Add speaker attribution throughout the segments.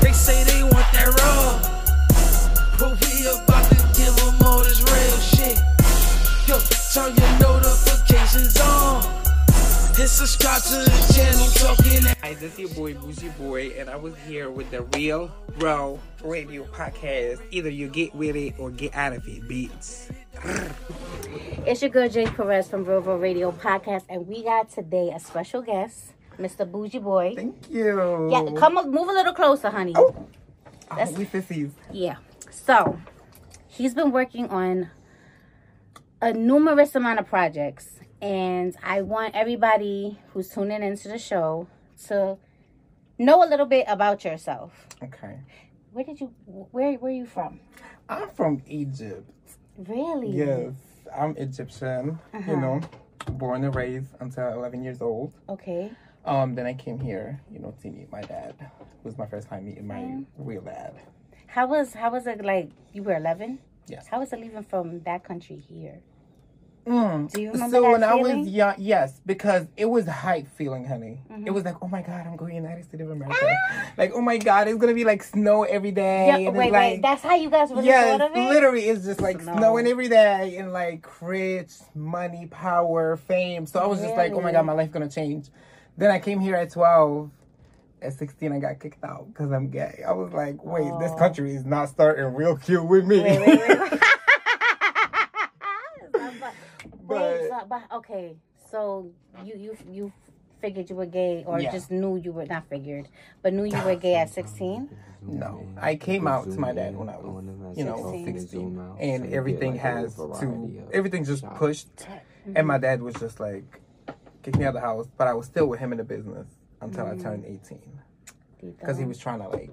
Speaker 1: They say they want that raw, but we about to give 'em all this real shit. Yo, turn your notifications on. And subscribe to the channel talking. Hi, this your boy Bougie Boy, and I was here with the Real Raw Radio Podcast. Either you get with it or get out of it, beats.
Speaker 2: It's your girl Jay Perez from Rovo Radio Podcast, and we got today a special guest, Mr. Bougie Boy.
Speaker 1: Thank you.
Speaker 2: Yeah, come up, move a little closer, honey.
Speaker 1: Oh, we sissies.
Speaker 2: Yeah. So he's been working on a numerous amount of projects, and I want everybody who's tuning into the show to know a little bit about yourself.
Speaker 1: Okay.
Speaker 2: Where did you? Where Where are you from?
Speaker 1: I'm from Egypt.
Speaker 2: Really?
Speaker 1: Yes, I'm Egyptian. You know, born and raised until 11 years old.
Speaker 2: Okay.
Speaker 1: Um, then I came here, you know, to meet my dad. It was my first time meeting my real dad.
Speaker 2: How was How was it like? You were eleven.
Speaker 1: Yes.
Speaker 2: How was it leaving from that country here?
Speaker 1: Mm.
Speaker 2: Do you remember
Speaker 1: So
Speaker 2: that
Speaker 1: when I was
Speaker 2: feeling?
Speaker 1: young, yes, because it was hype feeling, honey. It
Speaker 2: Mm-hmm.
Speaker 1: was like, oh my god, I'm going to United States of America. like, oh my god, it's gonna be like snow every day.
Speaker 2: Yeah,
Speaker 1: and it's
Speaker 2: wait, wait.
Speaker 1: like,
Speaker 2: That's how you guys really
Speaker 1: Yes,
Speaker 2: thought of it.
Speaker 1: literally, it's just like
Speaker 2: Snow.
Speaker 1: snowing every day and like rich money, power, fame. So I was just like, oh my god, my life gonna change. Then I came here at twelve. At sixteen, I got kicked out because I'm gay. I was like, wait, this country is not starting real cute with me.
Speaker 2: Wait, wait, wait. but,
Speaker 1: But-
Speaker 2: wait, so- but okay, so you you you figured you were gay, or
Speaker 1: Yeah.
Speaker 2: just knew you were not figured, but knew you were gay at sixteen.
Speaker 1: no, I came out to my dad when I was, you know,
Speaker 2: Sixteen.
Speaker 1: sixteen, and everything has to, everything's just pushed. And my dad was just like, kicked me out of the house, but I was still with him in the business until I turned eighteen. because he was trying to like,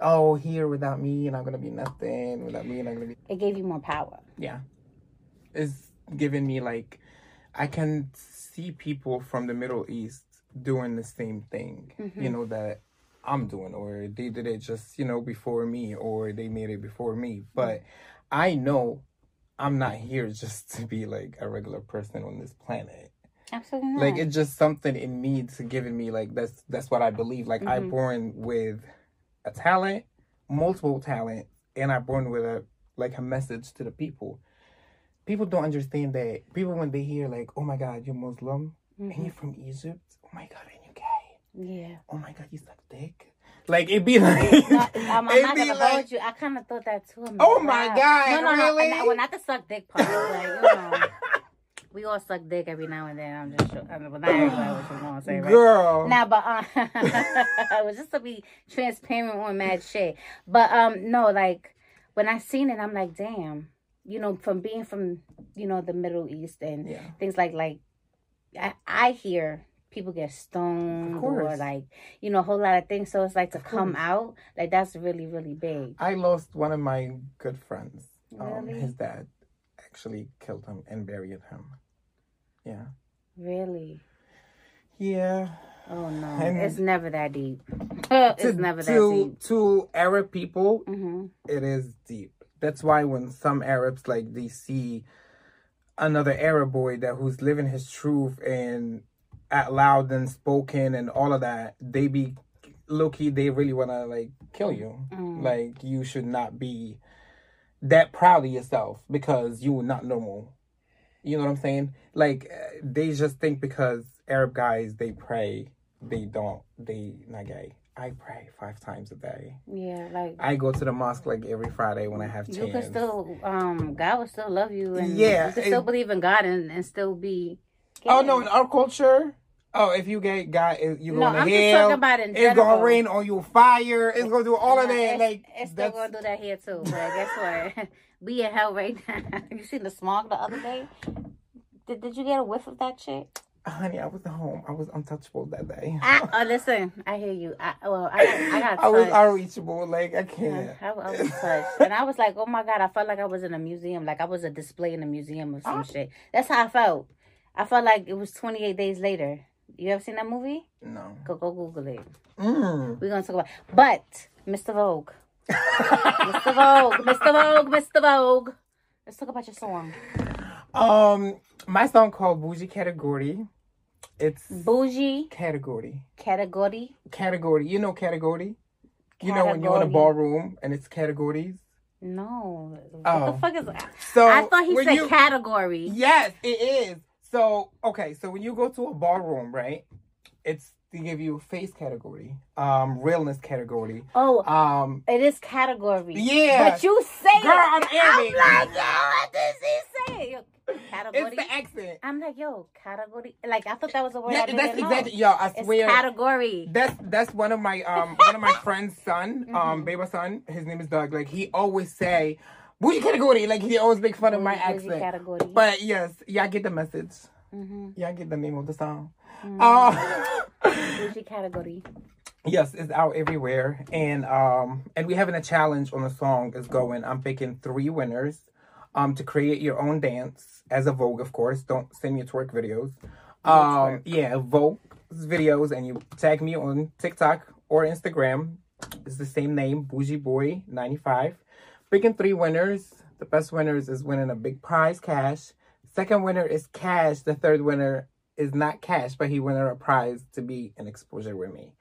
Speaker 1: oh, here without me, you're not gonna be nothing. Without me, you're not gonna be.
Speaker 2: It gave you more power.
Speaker 1: Yeah, it's giving me like, I can see people from the Middle East doing the same thing. You know that I'm doing, or they did it just you know before me, or they made it before me. But I know I'm not here just to be like a regular person on this planet
Speaker 2: Absolutely not.
Speaker 1: like it's just something in me to giving me like that's that's what i believe like i
Speaker 2: Mm-hmm.
Speaker 1: born with a talent multiple talent and i born with a like a message to the people people don't understand that people when they hear like oh my god you're muslim and you're from egypt oh my god and you're gay
Speaker 2: Mm-hmm. yeah.
Speaker 1: oh my god you suck dick like it'd be like
Speaker 2: No, I'm, I'm
Speaker 1: it'd
Speaker 2: not
Speaker 1: be
Speaker 2: gonna
Speaker 1: like
Speaker 2: hold you. I kind of thought that too. I'm
Speaker 1: Oh
Speaker 2: like,
Speaker 1: my
Speaker 2: wow.
Speaker 1: God,
Speaker 2: No, no,
Speaker 1: really?
Speaker 2: no. I- I- Well, not the suck dick part. Like, you know, we all suck dick every now and then. I'm just, sure, I mean, but not everybody. What you gonna say, right?
Speaker 1: girl
Speaker 2: Nah, but uh, it was just to be transparent on mad shit. But um, no, like when I seen it, I'm like, damn, you know, from being from you know the Middle East and
Speaker 1: Yeah.
Speaker 2: things like like I, I hear people get stoned
Speaker 1: Of
Speaker 2: or
Speaker 1: course.
Speaker 2: like you know a whole lot of things. So it's like to come out like that's really really big.
Speaker 1: I lost one of my good friends. Um,
Speaker 2: Really?
Speaker 1: His dad actually killed him and buried him. Yeah.
Speaker 2: Really.
Speaker 1: Yeah.
Speaker 2: Oh no,
Speaker 1: And-
Speaker 2: it's never that deep. it's
Speaker 1: to,
Speaker 2: never that
Speaker 1: to,
Speaker 2: deep.
Speaker 1: To Arab people,
Speaker 2: hmm
Speaker 1: it is deep. That's why when some Arabs like they see another Arab boy that who's living his truth and out loud and spoken and all of that, they be low key they really wanna like kill you.
Speaker 2: Mm-hmm.
Speaker 1: Like you should not be that proud of yourself because you are not normal. You know what I'm saying? Like uh, they just think because Arab guys they pray, they don't, they not gay. I pray five times a day.
Speaker 2: Yeah, like
Speaker 1: I go to the mosque like every Friday when I have chance.
Speaker 2: you can still um god will still love you and
Speaker 1: Yeah,
Speaker 2: you can still
Speaker 1: it-
Speaker 2: believe in god and, and still be
Speaker 1: oh no, in our culture, oh if you get God, it- you
Speaker 2: No,
Speaker 1: going to
Speaker 2: I'm just
Speaker 1: hell.
Speaker 2: talking about in
Speaker 1: it's gonna
Speaker 2: general.
Speaker 1: rain on you, fire. It's gonna do all
Speaker 2: Yeah,
Speaker 1: of that.
Speaker 2: it's,
Speaker 1: Like
Speaker 2: it's still
Speaker 1: that's
Speaker 2: gonna do that here too but guess what we in hell right now you seen the smog the other day did, did you get a whiff of that shit
Speaker 1: honey. I was home. I was untouchable that day.
Speaker 2: I, oh listen i hear you i well i got, I got touched.
Speaker 1: I was unreachable. Like I can't.
Speaker 2: I, I was touched, and I was like, "Oh my god!" I felt like I was in a museum, like I was a
Speaker 1: Ah.
Speaker 2: display in a museum of some shit. That's how I felt. I felt like it was 28 days later. You ever seen that movie?
Speaker 1: No.
Speaker 2: Go go Google it.
Speaker 1: Mm.
Speaker 2: We're gonna talk about but Mr. Vogue. Mr. Vogue, Mr. Vogue, Mr. Vogue. Let's talk about your song.
Speaker 1: um, my song called Bougie Category. It's
Speaker 2: Bougie
Speaker 1: category.
Speaker 2: category.
Speaker 1: Category. You know category. You know when you're in a
Speaker 2: Category.
Speaker 1: ballroom and it's categories.
Speaker 2: No. What
Speaker 1: Oh.
Speaker 2: the fuck is that?
Speaker 1: So
Speaker 2: I thought he
Speaker 1: when
Speaker 2: said
Speaker 1: you-
Speaker 2: category.
Speaker 1: Yes, it is. So okay, so when you go to a ballroom, right? It's they give you face category, um, realness category,
Speaker 2: Oh,
Speaker 1: um.
Speaker 2: it is category.
Speaker 1: Yeah.
Speaker 2: But you say
Speaker 1: Girl, I'm
Speaker 2: it.
Speaker 1: Arabic.
Speaker 2: I'm like, yo, what does he say? Yo,
Speaker 1: It's
Speaker 2: Category.
Speaker 1: the accent.
Speaker 2: I'm like, yo, category. Like, I thought that was a word. I
Speaker 1: Yeah,
Speaker 2: didn't
Speaker 1: that's
Speaker 2: know.
Speaker 1: exactly. Yo, I
Speaker 2: It's
Speaker 1: swear.
Speaker 2: category.
Speaker 1: That's that's one of my um one of my friend's son, um baby son. His name is Doug. Like he always say, "Bougie category." Like he always makes fun of my
Speaker 2: Bougie
Speaker 1: accent.
Speaker 2: Category.
Speaker 1: But yes, yeah, I get the message.
Speaker 2: Mhm.
Speaker 1: Yeah, I get the name of the song. Uh,
Speaker 2: Bougie category.
Speaker 1: Yes, it's out everywhere, and um, and we having a challenge on the song is going. I'm picking three winners, um, to create your own dance as a Vogue, of course. Don't send me your twerk videos. Um, yeah, Vogue videos, and you tag me on TikTok or Instagram. It's the same name, Bougie Boy ninety five. Picking three winners. The best winners is winning a big prize cash. Second winner is cash. The third winner is not cash, but he winner a prize to be an exposure with me.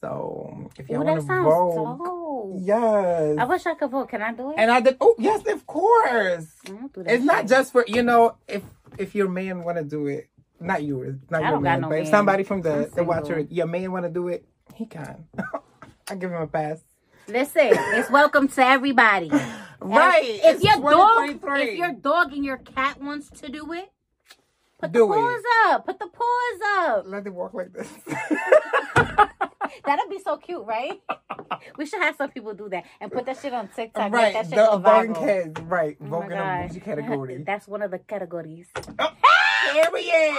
Speaker 1: So if you
Speaker 2: Oh,
Speaker 1: want
Speaker 2: that
Speaker 1: to
Speaker 2: sounds
Speaker 1: vote,
Speaker 2: dope.
Speaker 1: yes.
Speaker 2: I wish I could vote. Can I do it?
Speaker 1: and I did. Oh yes, of course.
Speaker 2: I don't do that
Speaker 1: It's not
Speaker 2: shit.
Speaker 1: just for you know if if your man want to do it, not you, not
Speaker 2: I
Speaker 1: your
Speaker 2: don't
Speaker 1: man,
Speaker 2: got no
Speaker 1: but if
Speaker 2: man.
Speaker 1: somebody from
Speaker 2: I'm
Speaker 1: the the
Speaker 2: single.
Speaker 1: watcher, your man want to do it, he can. I give him a pass.
Speaker 2: Listen, it's welcome to everybody.
Speaker 1: Right.
Speaker 2: If, if
Speaker 1: it's
Speaker 2: your dog,
Speaker 1: 2023.
Speaker 2: if your dog and your cat wants to do it, put
Speaker 1: Do
Speaker 2: the
Speaker 1: it.
Speaker 2: paws up. Put the paws up.
Speaker 1: let it walk like this.
Speaker 2: That'd be so cute, right? we should have some people do that and put that shit on TikTok. Right.
Speaker 1: right.
Speaker 2: That shit
Speaker 1: The
Speaker 2: go
Speaker 1: Vulcan
Speaker 2: viral.
Speaker 1: kids. Right.
Speaker 2: Oh my
Speaker 1: Vulcan on
Speaker 2: God.
Speaker 1: bougie category.
Speaker 2: That's one of the categories.
Speaker 1: oh, period.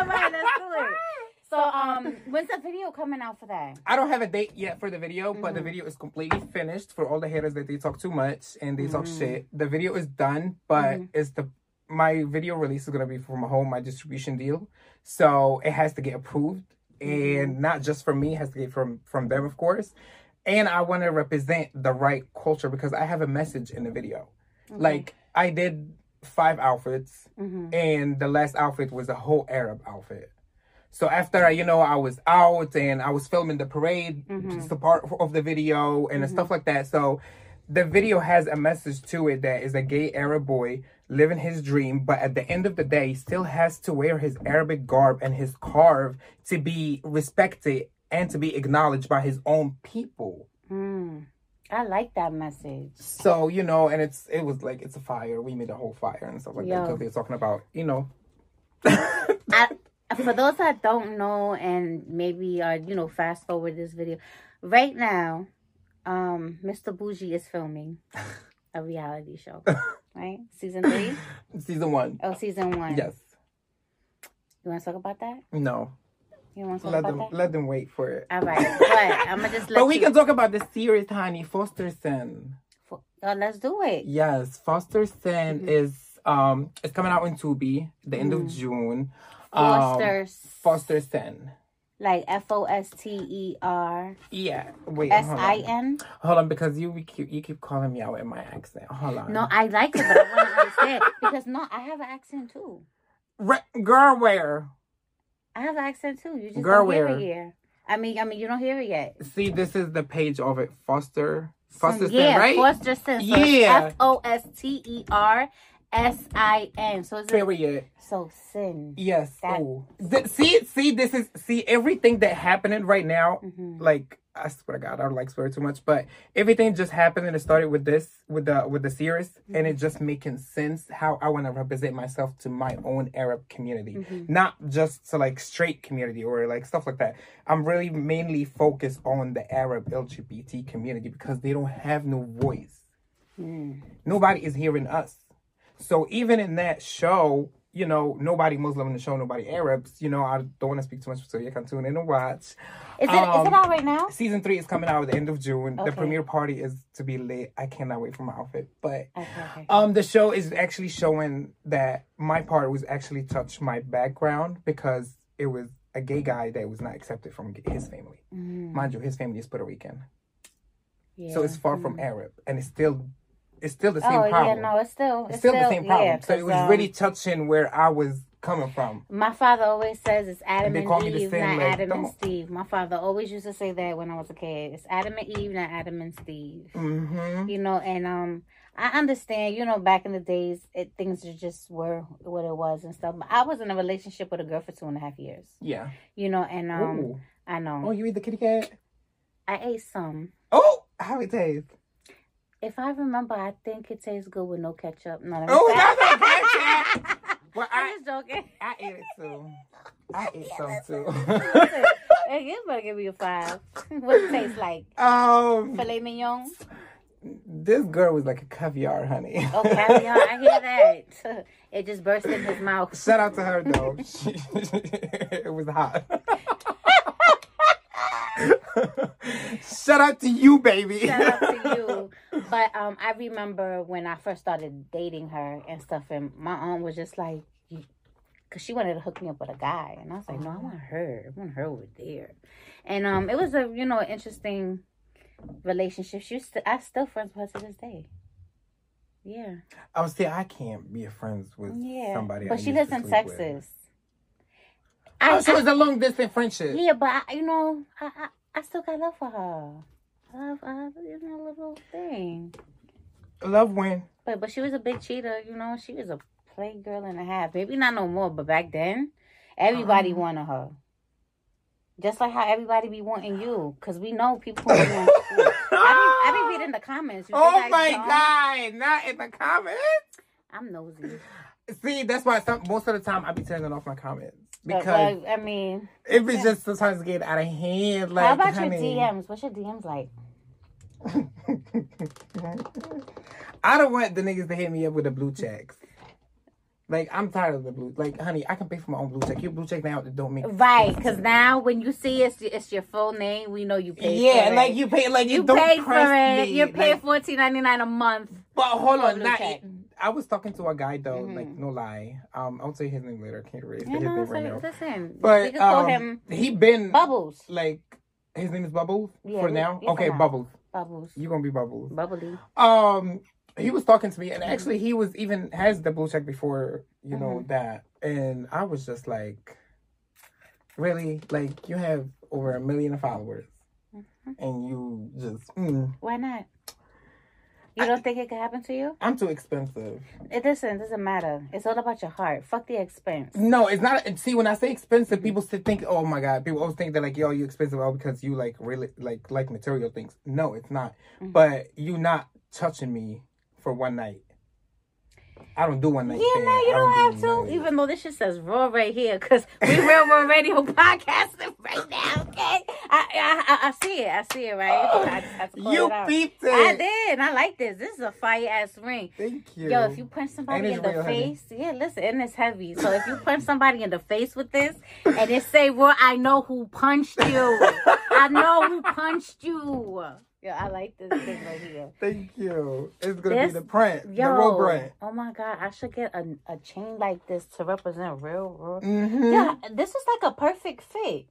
Speaker 2: All right, let's do it. So, um, when's the video coming out for that?
Speaker 1: I don't have a date yet for the video, but the video is completely finished for all the haters that they talk too much and they talk shit. The video is done, but it's the my video release is gonna be from my home, my distribution deal. So it has to get approved. And not just from me, it has to get from from them, of course. And I wanna represent the right culture because I have a message in the video. Like I did five outfits and the last outfit was a whole Arab outfit. So after I, you know, I was out and I was filming the parade, just a part of the video and stuff like that. So the video has a message to it that is a gay Arab boy living his dream, but at the end of the day, still has to wear his Arabic garb and his carve to be respected and to be acknowledged by his own people.
Speaker 2: Mm, I like that message.
Speaker 1: So you know, and it's it was like it's a fire. We made a whole fire and stuff like that
Speaker 2: Yeah.
Speaker 1: because they're talking about you know.
Speaker 2: I, for those that don't know and maybe are you know fast forward this video right now um mr bougie is filming a reality show right season three
Speaker 1: Season one.
Speaker 2: oh season one
Speaker 1: Yes.
Speaker 2: you want to talk about that
Speaker 1: No.
Speaker 2: you want to talk
Speaker 1: Let
Speaker 2: about
Speaker 1: them
Speaker 2: that
Speaker 1: let them wait for it.
Speaker 2: all right but i'm gonna just let
Speaker 1: But we
Speaker 2: you
Speaker 1: can talk about the series, Honey. Fosterson.
Speaker 2: Fo- oh, let's do it
Speaker 1: Yes, Fosterson
Speaker 2: Mm-hmm.
Speaker 1: is um it's coming out in Tubi the end of June. Um,
Speaker 2: Mm. foster
Speaker 1: Fosterson.
Speaker 2: like E f-o-s-t-e-r
Speaker 1: Yeah. Wait. Hold on.
Speaker 2: s-i-n
Speaker 1: hold on, because you we keep you keep calling me out in my accent. Hold on.
Speaker 2: no i like it but i want to understand because no i have an accent too
Speaker 1: Re- girl, where?
Speaker 2: I have an accent too. You just
Speaker 1: Girl,
Speaker 2: don't hear
Speaker 1: where?
Speaker 2: it yet. I mean, I mean, you don't hear it yet. Mm,
Speaker 1: See, this is the page of it. Foster. Fosterson,
Speaker 2: yeah,
Speaker 1: right?
Speaker 2: Foster sin.
Speaker 1: Yeah.
Speaker 2: F O S T E R S I N. So it's a,
Speaker 1: Period.
Speaker 2: so sin.
Speaker 1: Yes.
Speaker 2: That-
Speaker 1: Ooh. Th- see, see, this is see everything that happening right now.
Speaker 2: Mm-hmm.
Speaker 1: Like I swear to God, I don't like swear too much, but everything just happened and it started with this, with the with the series, and it just making sense how I want to represent myself to my own Arab community, not just to like straight community or like stuff like that. I'm really mainly focused on the Arab LGBT community because they don't have no voice
Speaker 2: Mm-hmm.
Speaker 1: nobody is hearing us. So even in that show, you know, nobody Muslim in the show, nobody Arabs. You know, I don't want to speak too much, so you can tune in and watch.
Speaker 2: Is it is
Speaker 1: Um,
Speaker 2: it out right now?
Speaker 1: Season three is coming out at the end of June. The
Speaker 2: Okay.
Speaker 1: premiere party is to be lit. I cannot wait for my outfit. But
Speaker 2: Okay, okay.
Speaker 1: um, the show is actually showing that my part was actually touched my background because it was a gay guy that was not accepted from g- his family.
Speaker 2: Mm,
Speaker 1: Mind you, his family is Puerto Rican,
Speaker 2: Mm-hmm. yeah.
Speaker 1: so it's far from Arab, and it's still it's still the same
Speaker 2: oh yeah,
Speaker 1: problem.
Speaker 2: no, it's still
Speaker 1: it's still, the same problem.
Speaker 2: yeah,
Speaker 1: so it
Speaker 2: 'cause,
Speaker 1: was
Speaker 2: um,
Speaker 1: really touching where I was coming from.
Speaker 2: My father always says it's Adam
Speaker 1: And they
Speaker 2: and,
Speaker 1: call me the
Speaker 2: Eve,
Speaker 1: same,
Speaker 2: not
Speaker 1: like,
Speaker 2: Adam and
Speaker 1: don't-
Speaker 2: Steve. My father always used to say that when I was a kid. It's Adam and Eve, not Adam and Steve.
Speaker 1: hmm
Speaker 2: You know, and um, I understand. You know, back in the days, it, things ju- just were what it was and stuff. But I was in a relationship with a girl for two and a half years.
Speaker 1: Yeah.
Speaker 2: You know, and um,
Speaker 1: Ooh.
Speaker 2: I know
Speaker 1: Oh, you eat the kitty cat?
Speaker 2: I ate some.
Speaker 1: Oh, how it tastes?
Speaker 2: If I remember, I think it tastes good with no ketchup. No, let me
Speaker 1: Oh,
Speaker 2: stop.
Speaker 1: that's a ketchup. Well,
Speaker 2: I'm
Speaker 1: I,
Speaker 2: just joking.
Speaker 1: I ate it too. I ate some
Speaker 2: Listen,
Speaker 1: too.
Speaker 2: hey, you better give me a five. what it tastes like?
Speaker 1: um,
Speaker 2: Filet mignon?
Speaker 1: this girl was like a caviar, honey.
Speaker 2: Oh, caviar. I hear that. It just burst in his mouth.
Speaker 1: Shout out to her though. She- it was hot. Shout out to you, baby.
Speaker 2: Shout out to you. But um, I remember when I first started dating her and stuff, and my aunt was just like, because she wanted to hook me up with a guy. And I was like, no, I want her. I want her over there. And um, it was a, you know, interesting relationship. She was st- I still friends with her to this day. Yeah.
Speaker 1: I was saying Oh, I can't be friends with
Speaker 2: Yeah.
Speaker 1: somebody. I
Speaker 2: but she
Speaker 1: used
Speaker 2: lives
Speaker 1: to
Speaker 2: in
Speaker 1: sleep with.
Speaker 2: Texas. I-
Speaker 1: Oh, so it's a long distance friendship.
Speaker 2: Yeah, but I, you know, I, I I still got love for her. I love, I love, you know, little thing.
Speaker 1: Love when
Speaker 2: But but she was a big cheater, you know. She was a playgirl and a half. Maybe not no more, but back then, everybody
Speaker 1: Um.
Speaker 2: wanted her. Just like how everybody be wanting you, cause we know people. who want you. I be, I be reading the comments. You think
Speaker 1: Oh
Speaker 2: I
Speaker 1: my
Speaker 2: don't?
Speaker 1: god! Not in the comments.
Speaker 2: I'm nosy.
Speaker 1: See, that's why some, most of the time I be turning off my comments
Speaker 2: But,
Speaker 1: because
Speaker 2: well, I mean,
Speaker 1: it be just sometimes getting out of hand. Like,
Speaker 2: how about
Speaker 1: honey.
Speaker 2: your DMs? What's your DMs like?
Speaker 1: I don't want the niggas to hit me up with the blue checks. Like I'm tired of the blue. Like, honey, I can pay for my own blue check. Your blue check now it don't make
Speaker 2: Right, cause now when you see it's it's your full name, we know you paid.
Speaker 1: Yeah,
Speaker 2: for
Speaker 1: like
Speaker 2: it.
Speaker 1: you pay. Like
Speaker 2: You
Speaker 1: it don't
Speaker 2: paid for
Speaker 1: press
Speaker 2: it.
Speaker 1: me.
Speaker 2: You're paying
Speaker 1: Like,
Speaker 2: fourteen ninety nine a month.
Speaker 1: But hold
Speaker 2: for a
Speaker 1: on,
Speaker 2: blue
Speaker 1: not, e,
Speaker 2: check.
Speaker 1: I was talking to a guy though.
Speaker 2: Mhm.
Speaker 1: Like, no lie. Um, I'll tell you his name later. Can't really say
Speaker 2: You
Speaker 1: his
Speaker 2: know,
Speaker 1: name
Speaker 2: so
Speaker 1: right now.
Speaker 2: listen,
Speaker 1: But
Speaker 2: we could call
Speaker 1: um,
Speaker 2: him
Speaker 1: he been
Speaker 2: Bubbles.
Speaker 1: like his name is Bubbles
Speaker 2: Yeah,
Speaker 1: for
Speaker 2: we-
Speaker 1: now.
Speaker 2: yeah, for
Speaker 1: okay,
Speaker 2: now.
Speaker 1: Bubbles.
Speaker 2: Bubbles,
Speaker 1: You gonna be Bubbles.
Speaker 2: bubbly.
Speaker 1: um he was talking to me and actually he was even has the blue check before you know that and i was just like really like you have over a million followers and you just mm,
Speaker 2: Why not? You don't think it could happen to you?
Speaker 1: i'm too expensive
Speaker 2: It doesn't. It doesn't matter. It's all about your heart. Fuck the expense.
Speaker 1: no it's not and see when i say
Speaker 2: Mm-hmm.
Speaker 1: expensive people still think oh my god people always think that like yo you expensive all because you like really like like material things no it's not
Speaker 2: Mhm.
Speaker 1: but you not touching me for one night i don't do one
Speaker 2: Yeah,
Speaker 1: night
Speaker 2: no,
Speaker 1: stand.
Speaker 2: you
Speaker 1: I
Speaker 2: don't
Speaker 1: do
Speaker 2: have to.
Speaker 1: night.
Speaker 2: Even though this shit says raw right here, because we real raw radio podcasting right now. Okay, I I, I, I see it. I see it. Right. I, just have to call
Speaker 1: you
Speaker 2: it out.
Speaker 1: peeped it
Speaker 2: I did. and I like this. This is a fire ass ring.
Speaker 1: Thank you.
Speaker 2: Yo, if you punch somebody
Speaker 1: it's
Speaker 2: in the
Speaker 1: real, honey.
Speaker 2: face, yeah, listen, and it's heavy. So if you punch somebody in the face with this and it say, "Well, I know who punched you. I know who punched you." Yo, I like this thing right here.
Speaker 1: Thank you. It's gonna
Speaker 2: This-
Speaker 1: be the print,
Speaker 2: Yo,
Speaker 1: the real print.
Speaker 2: oh my god, I should get a, a chain like this to represent real, real.
Speaker 1: Mm-hmm.
Speaker 2: Yeah, this is like a perfect fit.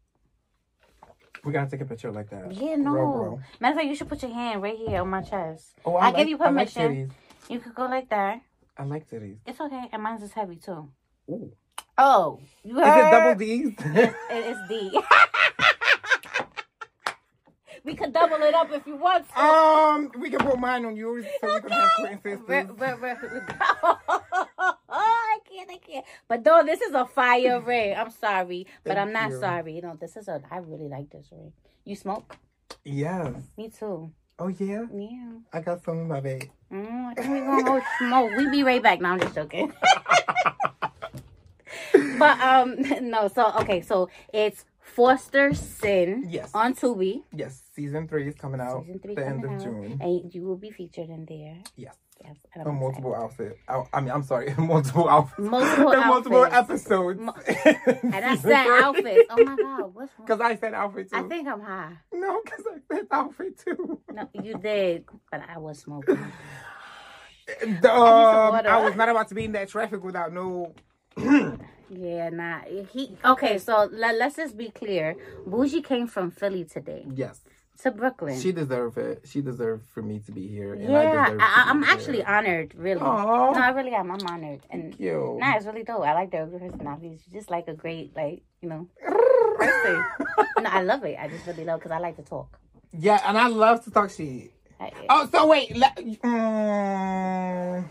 Speaker 1: We gotta take a picture like that.
Speaker 2: Yeah,
Speaker 1: Real,
Speaker 2: no.
Speaker 1: real.
Speaker 2: Matter of fact, you should put your hand right here on my chest.
Speaker 1: Oh,
Speaker 2: I give you
Speaker 1: I like
Speaker 2: permission.
Speaker 1: titties.
Speaker 2: You could go like that.
Speaker 1: I like titties.
Speaker 2: It's okay, and mine's is heavy too.
Speaker 1: Ooh.
Speaker 2: Oh, you
Speaker 1: Is it
Speaker 2: heard?
Speaker 1: double D's?
Speaker 2: It is D. we could double it up if you want to.
Speaker 1: um, we can put mine on yours so we can have
Speaker 2: Re-
Speaker 1: coincidences.
Speaker 2: re- re- I can't, I can't. But though this is a fire ring, I'm sorry, but
Speaker 1: Thank
Speaker 2: I'm not
Speaker 1: you.
Speaker 2: sorry. You know, this is a. I really like this ring. You smoke?
Speaker 1: Yes.
Speaker 2: Me too.
Speaker 1: Oh yeah.
Speaker 2: Yeah.
Speaker 1: I got some in my bag.
Speaker 2: Mm, I think we gonna go smoke. We be right back. No, I'm just joking. but um, no. So okay, so it's Foster Sin
Speaker 1: Yes.
Speaker 2: on Tubi.
Speaker 1: Yes. Season three is coming out
Speaker 2: Season three
Speaker 1: the end
Speaker 2: coming
Speaker 1: of
Speaker 2: out,
Speaker 1: June.
Speaker 2: and you will be featured in there.
Speaker 1: Yes.
Speaker 2: Yes, and
Speaker 1: A
Speaker 2: I'm
Speaker 1: multiple outfit. I, I mean, I'm sorry. Multiple outfits.
Speaker 2: Multiple
Speaker 1: And multiple
Speaker 2: outfits.
Speaker 1: episodes.
Speaker 2: Mu- And I said outfits. Oh my god, what's wrong?
Speaker 1: Because I said outfit too.
Speaker 2: I think I'm high.
Speaker 1: No, because I said outfit too.
Speaker 2: No, you did, but I was smoking.
Speaker 1: The, um,
Speaker 2: water.
Speaker 1: I was not about to be in that traffic without no
Speaker 2: Yeah, nah. He okay. So let, let's just be clear. Bougie came from Philly today
Speaker 1: Yes.
Speaker 2: to Brooklyn.
Speaker 1: She deserved it. She deserved for me to be here. And I
Speaker 2: yeah,
Speaker 1: deserve
Speaker 2: I,
Speaker 1: to
Speaker 2: I, I'm
Speaker 1: be here.
Speaker 2: actually honored. Really,
Speaker 1: Aw.
Speaker 2: no, I really am. I'm honored, and
Speaker 1: you.
Speaker 2: nah, it's really dope. I like Daryl Griffith's personality. She's just like a great, like you know, person. no, I love it. I just really love because I like to talk.
Speaker 1: Yeah, and I love to talk shit.
Speaker 2: I,
Speaker 1: Oh, so wait. Let, mm,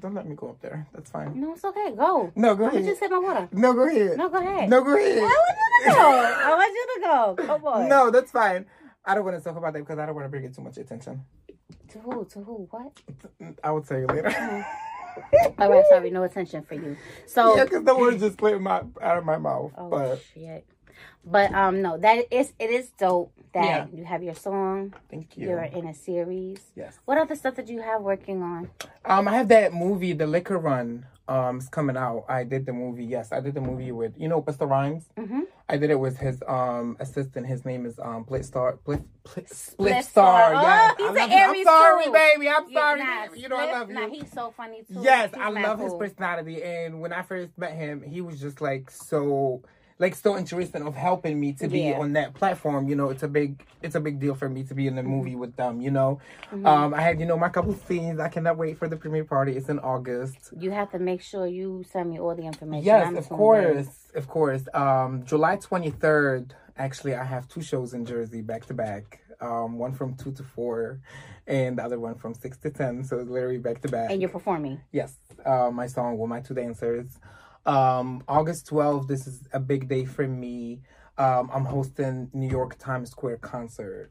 Speaker 1: don't let me go up there. That's fine.
Speaker 2: No, it's okay. Go.
Speaker 1: No, go
Speaker 2: I'm gonna
Speaker 1: ahead.
Speaker 2: Oh, just sip my water.
Speaker 1: No, go ahead.
Speaker 2: No, go ahead.
Speaker 1: No, go ahead.
Speaker 2: I want you to go. Oh. I want you to go. Come on.
Speaker 1: No, that's fine. I don't want to talk about that because I don't want to bring it too much attention.
Speaker 2: To who? To who? What?
Speaker 1: I will tell you later.
Speaker 2: All right, Mm-hmm. Oh, sorry. No attention for you. So.
Speaker 1: yeah, because the words just split my out of my mouth.
Speaker 2: Oh
Speaker 1: but
Speaker 2: shit. But um no, that is it is dope that
Speaker 1: Yeah.
Speaker 2: you have your song,
Speaker 1: thank
Speaker 2: you're
Speaker 1: you.
Speaker 2: in a series.
Speaker 1: Yes.
Speaker 2: What other stuff that you have working on?
Speaker 1: Um, I have that movie, The Liquor Run. Um, it's coming out. I did the movie. Yes, I did the movie with you know Busta Rhymes.
Speaker 2: Mhm.
Speaker 1: I did it with his um assistant. His name is um Split Star. Split, Split,
Speaker 2: Split
Speaker 1: Split
Speaker 2: Star.
Speaker 1: Star.
Speaker 2: Oh,
Speaker 1: Yes.
Speaker 2: he's
Speaker 1: I
Speaker 2: an
Speaker 1: love you.
Speaker 2: Aries
Speaker 1: I'm sorry,
Speaker 2: too.
Speaker 1: baby. I'm
Speaker 2: Yeah,
Speaker 1: sorry.
Speaker 2: nah,
Speaker 1: baby. You know I
Speaker 2: Spliff-
Speaker 1: love you.
Speaker 2: Nah, he's so funny too.
Speaker 1: Yes,
Speaker 2: He's
Speaker 1: I
Speaker 2: mad
Speaker 1: love his
Speaker 2: cool.
Speaker 1: personality. And when I first met him, he was just like so, like so interested of helping me to be
Speaker 2: Yeah.
Speaker 1: on that platform. You know, it's a big, it's a big deal for me to be in the movie
Speaker 2: Mm-hmm.
Speaker 1: with them. You know, um, I had you know my couple scenes. I cannot wait for the premiere party. It's in August.
Speaker 2: You have to make sure you send me all the information.
Speaker 1: Yes,
Speaker 2: I'm
Speaker 1: of
Speaker 2: tuned in.
Speaker 1: course, of course. Um, July twenty third. Actually, I have two shows in Jersey back to back. Um, one from two to four, and the other one from six to ten. So it's literally back to back.
Speaker 2: And you're performing.
Speaker 1: Yes, uh, my song with my two dancers. Um, August 12th, this is a big day for me. Um, I'm hosting New York Times Square concert.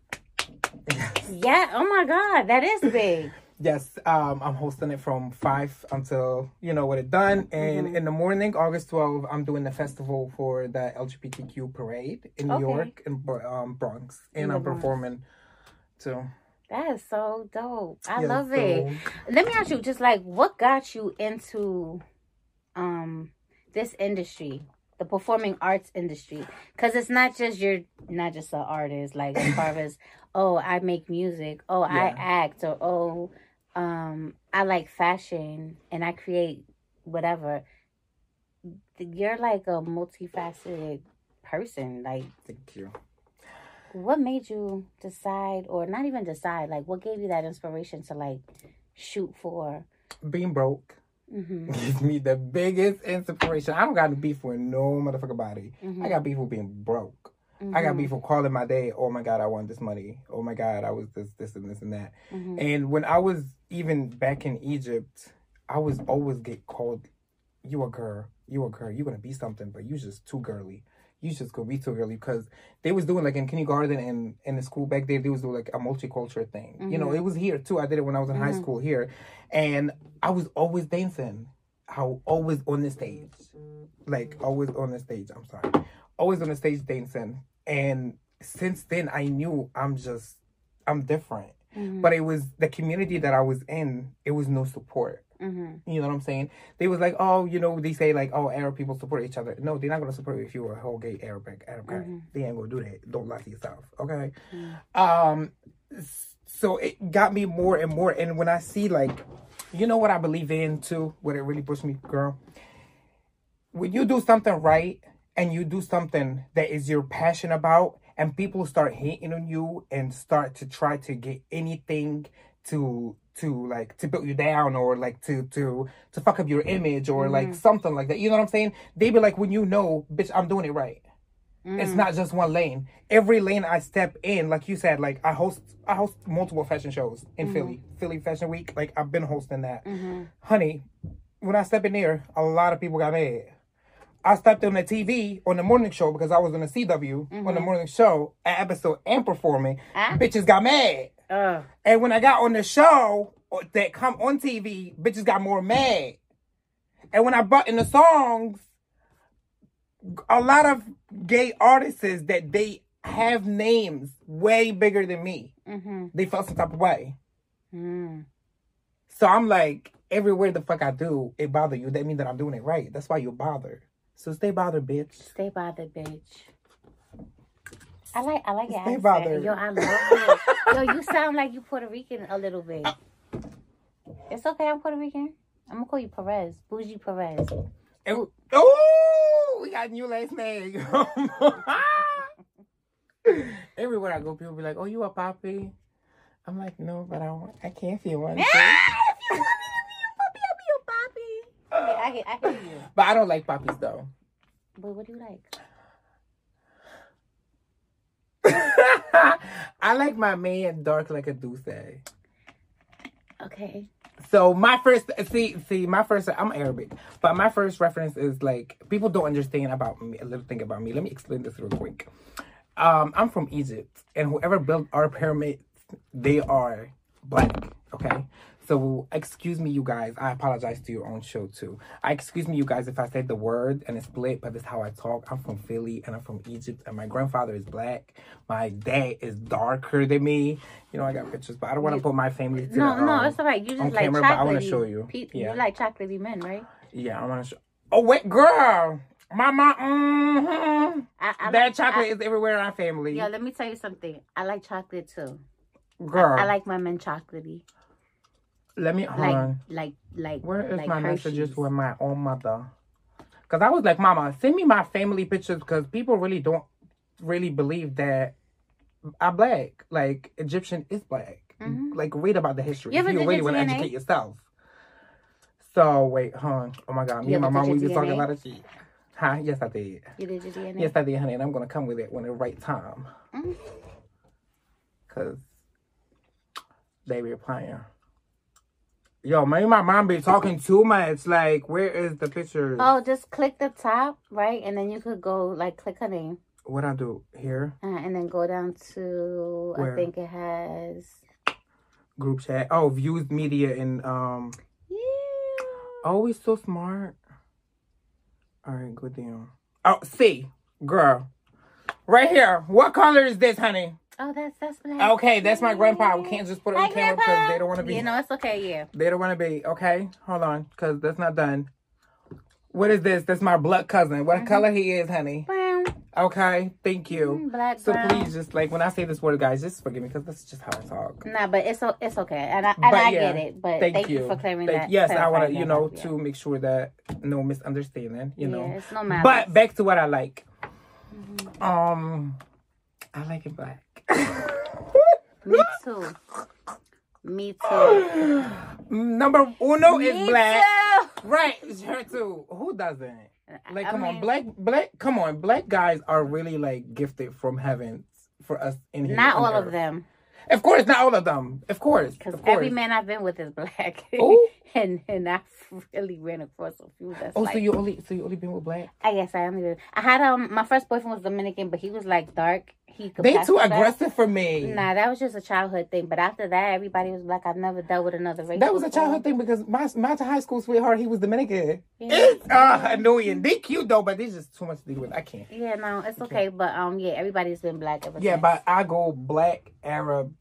Speaker 2: Yeah, oh my god, that is big.
Speaker 1: Yes, um, I'm hosting it from five until you know what it done. And
Speaker 2: Mm-hmm.
Speaker 1: in the morning, August 12th, I'm doing the festival for the LGBTQ parade in New
Speaker 2: Okay.
Speaker 1: York in Bro- um, Bronx, and I'm performing too.
Speaker 2: that is so dope. I
Speaker 1: Yeah,
Speaker 2: love
Speaker 1: so-
Speaker 2: it. Let me ask you, just like, what got you into um this industry, the performing arts industry? Because it's not just you're not just an artist, like as far as oh I make music, oh I
Speaker 1: Yeah.
Speaker 2: act, or oh um I like fashion and I create whatever. You're like a multifaceted person. Like,
Speaker 1: Thank you.
Speaker 2: what made you decide, or not even decide, like what gave you that inspiration to like shoot for?
Speaker 1: Being broke.
Speaker 2: Mm-hmm.
Speaker 1: gives me the biggest inspiration. I don't got beef with no motherfucker body.
Speaker 2: Mhm.
Speaker 1: I got beef with being broke.
Speaker 2: mm-hmm,
Speaker 1: I got beef with calling my day. Oh my god, I want this money. Oh my god, I was this, this, and this and that.
Speaker 2: Mhm.
Speaker 1: And when I was even back in Egypt, I was always get called, "You a girl? You a girl? You gonna be something? But you just too girly." You just gonna be too girly because they was doing like in kindergarten and in the school back there they was doing like a multicultural thing. You know, it was here too. I did it when I was in high school here, and I was always dancing. I was always on the stage, like always on the stage. I'm sorry, always on the stage dancing. And since then, I knew I'm just I'm different.
Speaker 2: Mhm.
Speaker 1: But it was the community that I was in, it was no support.
Speaker 2: Mm-hmm.
Speaker 1: You know what I'm saying? They was like, oh, you know, they say like, oh, Arab people support each other. No, they're not gonna support you if you're a whole gay Arab guy. Arab guy. They ain't gonna do that. Don't lie to yourself, okay? Um, s- so it got me more and more. And when I see like, you know what I believe in too, what it really pushed me, girl. When you do something right and you do something that is your passion about, and people start hating on you and start to try to get anything to to like to put you down or like to to to fuck up your image or like something like that. You know what I'm saying? They be like, when you know, bitch, I'm doing it right. It's not just one lane. Every lane I step in, like you said, like I host I host multiple fashion shows in Philly. Philly Fashion Week. Like I've been hosting that. Honey, when I step in there, a lot of people got mad. I stepped on the TV on the morning show because I was on the CW on the morning show, an episode and performing.
Speaker 2: Mm-hmm. Ah.
Speaker 1: Bitches got mad.
Speaker 2: Uh,
Speaker 1: And when I got on the show or- that come on TV, bitches got more mad. And when I brought in the songs, a lot of gay artists that they have names way bigger than me,
Speaker 2: mm-hmm.
Speaker 1: they felt some type of way.
Speaker 2: Mm.
Speaker 1: So I'm like, everywhere the fuck I do, it bother you. That means that I'm doing it right. That's why you bother. So stay bothered, bitch.
Speaker 2: Stay bothered, bitch. I like I like your
Speaker 1: Stay
Speaker 2: accent.
Speaker 1: bothered.
Speaker 2: Yo, I love it. Yo, you sound like you Puerto Rican a little bit. It's okay, I'm Puerto Rican. I'm gonna call you Perez, Bougie Perez.
Speaker 1: And- oh! oh, we got a new last name. Everywhere I go, people be like, oh, you a poppy? I'm like, no, but I, want, I can't feel one.
Speaker 2: Ah, if you want me to be your puppy, I'll be your puppy. Okay, I hear, I hear you.
Speaker 1: But I don't like poppies though.
Speaker 2: But what do you like?
Speaker 1: I like my man dark like a douce.
Speaker 2: Okay.
Speaker 1: So my first see see my first I'm Arabic, but my first reference is like people don't understand about me a little thing about me. Let me explain this real quick. Um, I'm from Egypt, and whoever built our pyramids, they are black. Okay, so excuse me, you guys. I apologize to your own show too. I excuse me, you guys, if I said the word and it's split, but this is how I talk. I'm from Philly, and I'm from Egypt, and my grandfather is black. My dad is darker than me. You know, I got pictures, but I don't want to put my family. To
Speaker 2: No,
Speaker 1: the,
Speaker 2: no,
Speaker 1: um,
Speaker 2: it's all right. You just
Speaker 1: on
Speaker 2: like
Speaker 1: camera, but
Speaker 2: chocolatey.
Speaker 1: I wanna show you.
Speaker 2: Pe-
Speaker 1: Yeah.
Speaker 2: You like chocolatey men, right?
Speaker 1: Yeah, I want to. Show- oh wait, girl, mama. Mm-hmm.
Speaker 2: I, I
Speaker 1: That
Speaker 2: like,
Speaker 1: chocolate
Speaker 2: I,
Speaker 1: is everywhere in our family,
Speaker 2: Yo, let me tell you something. I like chocolate too.
Speaker 1: girl.
Speaker 2: I like my men chocolatey.
Speaker 1: Let me hold
Speaker 2: Like,
Speaker 1: on.
Speaker 2: like, like.
Speaker 1: Where is
Speaker 2: like
Speaker 1: my messages
Speaker 2: Hershey's.
Speaker 1: with my own mother? Cause I was like, Mama, send me my family pictures because people really don't really believe that I'm black. Like Egyptian is black.
Speaker 2: Mhm.
Speaker 1: Like read about the history.
Speaker 2: You
Speaker 1: if
Speaker 2: ever
Speaker 1: you
Speaker 2: did
Speaker 1: really
Speaker 2: your
Speaker 1: want to
Speaker 2: DNA?
Speaker 1: educate yourself. So wait, huh? Oh my god, me and
Speaker 2: You
Speaker 1: my
Speaker 2: ever did
Speaker 1: mom
Speaker 2: your
Speaker 1: we be talking a
Speaker 2: DNA?
Speaker 1: lot of shit. Huh? Yes, I did.
Speaker 2: You did your DNA.
Speaker 1: Yes, I did, honey, and I'm gonna come with it when the right time.
Speaker 2: Mhm.
Speaker 1: Cause they be playing. Yo, me and my mom be talking too much. Like, where is the picture?
Speaker 2: Oh, just click the top right, and then you could go like click her name,
Speaker 1: What I do here?
Speaker 2: uh, and then go down to
Speaker 1: Where?
Speaker 2: I think it has.
Speaker 1: Group chat. Oh, views media and um.
Speaker 2: Yeah.
Speaker 1: Oh, we so smart. All right, good deal. Oh, see, girl, right here. What color is this, honey?
Speaker 2: Oh, that's that's black.
Speaker 1: Okay, that's my grandpa. We can't just put it
Speaker 2: Hi,
Speaker 1: on camera because
Speaker 2: Grandpa.
Speaker 1: they don't want to be.
Speaker 2: You know, it's okay. Yeah.
Speaker 1: They don't want to be. Okay, hold on, because that's not done. What is this? That's my blood cousin.
Speaker 2: Mm-hmm.
Speaker 1: What color he is, honey?
Speaker 2: Brown.
Speaker 1: Okay, thank you.
Speaker 2: Mm, Black.
Speaker 1: So
Speaker 2: brown.
Speaker 1: please, just like when I say this word, guys, just forgive me because that's just how I talk.
Speaker 2: Nah, but it's o- it's okay, and I and
Speaker 1: But
Speaker 2: I
Speaker 1: yeah,
Speaker 2: get it. But
Speaker 1: Thank, you.
Speaker 2: for clearing
Speaker 1: Thank-
Speaker 2: that.
Speaker 1: Yes, I
Speaker 2: clarifying
Speaker 1: want to, you
Speaker 2: that
Speaker 1: know,
Speaker 2: up, yeah.
Speaker 1: to make sure that no misunderstanding, you know.
Speaker 2: Yeah, it's no matter.
Speaker 1: But back to what I like.
Speaker 2: Mm-hmm.
Speaker 1: Um, I like it black.
Speaker 2: me too. Me too.
Speaker 1: Number uno
Speaker 2: Me
Speaker 1: is black.
Speaker 2: too.
Speaker 1: Right, it's her too. Who doesn't? Like,
Speaker 2: I
Speaker 1: come on,
Speaker 2: mean,
Speaker 1: black, black, come on, black guys are really like gifted from heaven for us in here.
Speaker 2: Not
Speaker 1: on
Speaker 2: all of
Speaker 1: earth.
Speaker 2: them.
Speaker 1: Of course, not all of them. Of course,
Speaker 2: Because
Speaker 1: of course.
Speaker 2: every man I've been with is black.
Speaker 1: Ooh.
Speaker 2: and and I've really ran across a few that's
Speaker 1: oh,
Speaker 2: like,
Speaker 1: so you only, so you only been with black?
Speaker 2: I guess I only did. I had um my first boyfriend was Dominican, but he was like dark. He could
Speaker 1: They
Speaker 2: pass
Speaker 1: too
Speaker 2: for that.
Speaker 1: aggressive for me.
Speaker 2: Nah, that was just a childhood thing. But after that, everybody was black. I've never dealt with another race.
Speaker 1: That was a
Speaker 2: before.
Speaker 1: childhood thing because my my high school sweetheart, he was Dominican.
Speaker 2: Yeah.
Speaker 1: It's uh, annoying. They cute though, but there's just too much to deal with. I can't.
Speaker 2: Yeah, no, it's okay. But um, yeah, everybody's been black ever
Speaker 1: Yeah,
Speaker 2: since.
Speaker 1: but I go black, Arab,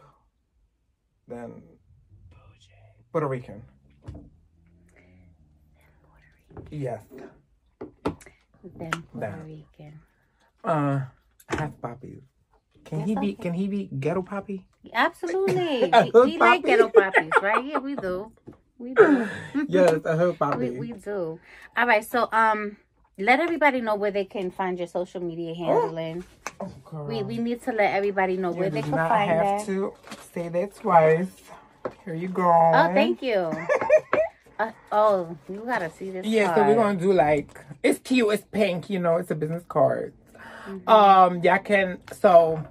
Speaker 1: then Puerto Rican. Yes.
Speaker 2: then Puerto
Speaker 1: Nah.
Speaker 2: Rican.
Speaker 1: Uh, half poppy. Can he
Speaker 2: That's
Speaker 1: be?
Speaker 2: okay.
Speaker 1: Can he be ghetto poppy?
Speaker 2: Absolutely,
Speaker 1: A
Speaker 2: we,
Speaker 1: hood
Speaker 2: we
Speaker 1: poppy?
Speaker 2: like ghetto poppies, right? Yeah, we do. We do.
Speaker 1: yes, a hood poppy.
Speaker 2: We, we do. All right. So um, let everybody know where they can find your social media handling.
Speaker 1: oh, girl.
Speaker 2: We we need to let everybody know
Speaker 1: you
Speaker 2: where they
Speaker 1: do
Speaker 2: can
Speaker 1: not
Speaker 2: find
Speaker 1: have
Speaker 2: that.
Speaker 1: to say that twice. Here you go.
Speaker 2: Oh, thank you. Uh, oh, you gotta see this.
Speaker 1: Yeah, so
Speaker 2: card.
Speaker 1: we're gonna do like it's cute, it's pink, you know, it's a business card. Um, y'all can so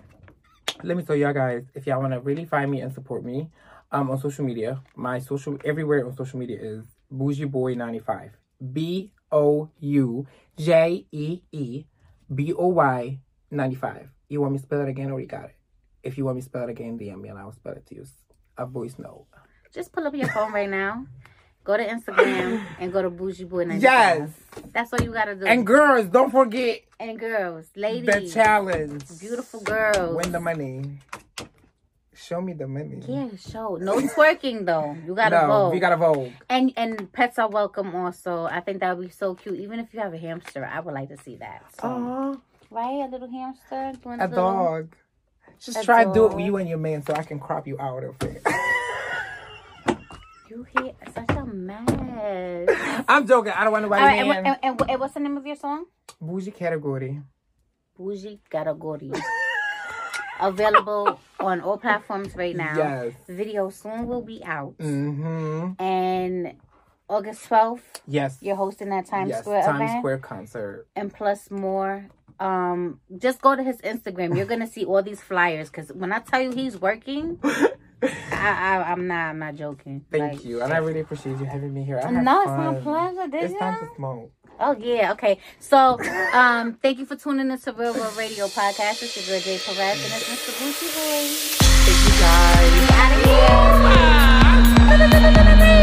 Speaker 1: let me tell y'all guys if y'all wanna really find me and support me, um, on social media. My social everywhere on social media is bougie boy ninety five. B O U J E E B O Y ninety five. You want me to spell it again or you got it? If you want me to spell it again, DM me and I'll spell it to you. A voice note.
Speaker 2: Just pull up your phone right now. Go to Instagram and go to Bougie Boy. 95.
Speaker 1: Yes.
Speaker 2: that's what you gotta do.
Speaker 1: And girls, don't forget
Speaker 2: And girls,
Speaker 1: the
Speaker 2: ladies,
Speaker 1: challenge.
Speaker 2: beautiful girls.
Speaker 1: Win the money. Show me the money.
Speaker 2: Yeah, show. No twerking though. You gotta
Speaker 1: no,
Speaker 2: vote.
Speaker 1: we gotta vote.
Speaker 2: And and pets are welcome also. I think that would be so cute. Even if you have a hamster, I would like to see that. So,
Speaker 1: Aww,
Speaker 2: right, a little hamster doing
Speaker 1: Oh. a
Speaker 2: the little-
Speaker 1: dog. Just
Speaker 2: A
Speaker 1: try to do it with
Speaker 2: dog.
Speaker 1: you and your man so I can crop you out of it.
Speaker 2: You You hear such a mess.
Speaker 1: I'm joking. I don't want
Speaker 2: All
Speaker 1: nobody
Speaker 2: right,
Speaker 1: man.
Speaker 2: and, what- and- and what- and what's the name of your song?
Speaker 1: Bougie category.
Speaker 2: Bougie Category. Available on all platforms right now.
Speaker 1: Yes.
Speaker 2: Video soon will be out.
Speaker 1: Mm-hmm.
Speaker 2: And August 12th,
Speaker 1: Yes.
Speaker 2: you're hosting that Times
Speaker 1: yes.
Speaker 2: Square
Speaker 1: Times
Speaker 2: event.
Speaker 1: Square concert.
Speaker 2: And plus more. Um, just go to his Instagram. You're gonna see all these flyers. Cause when I tell you he's working, I, I I'm not I'm not joking.
Speaker 1: Thank
Speaker 2: Like,
Speaker 1: you, and I really appreciate you having me here. I had
Speaker 2: No, it's
Speaker 1: fun.
Speaker 2: my pleasure. Did
Speaker 1: It's
Speaker 2: you?
Speaker 1: time to smoke.
Speaker 2: Oh yeah, okay. So, um, thank you for tuning in to Real World Radio Podcast. This is your Jay Perez and it's Mr. Gucci Boy.
Speaker 1: Thank you guys.
Speaker 2: Out of here.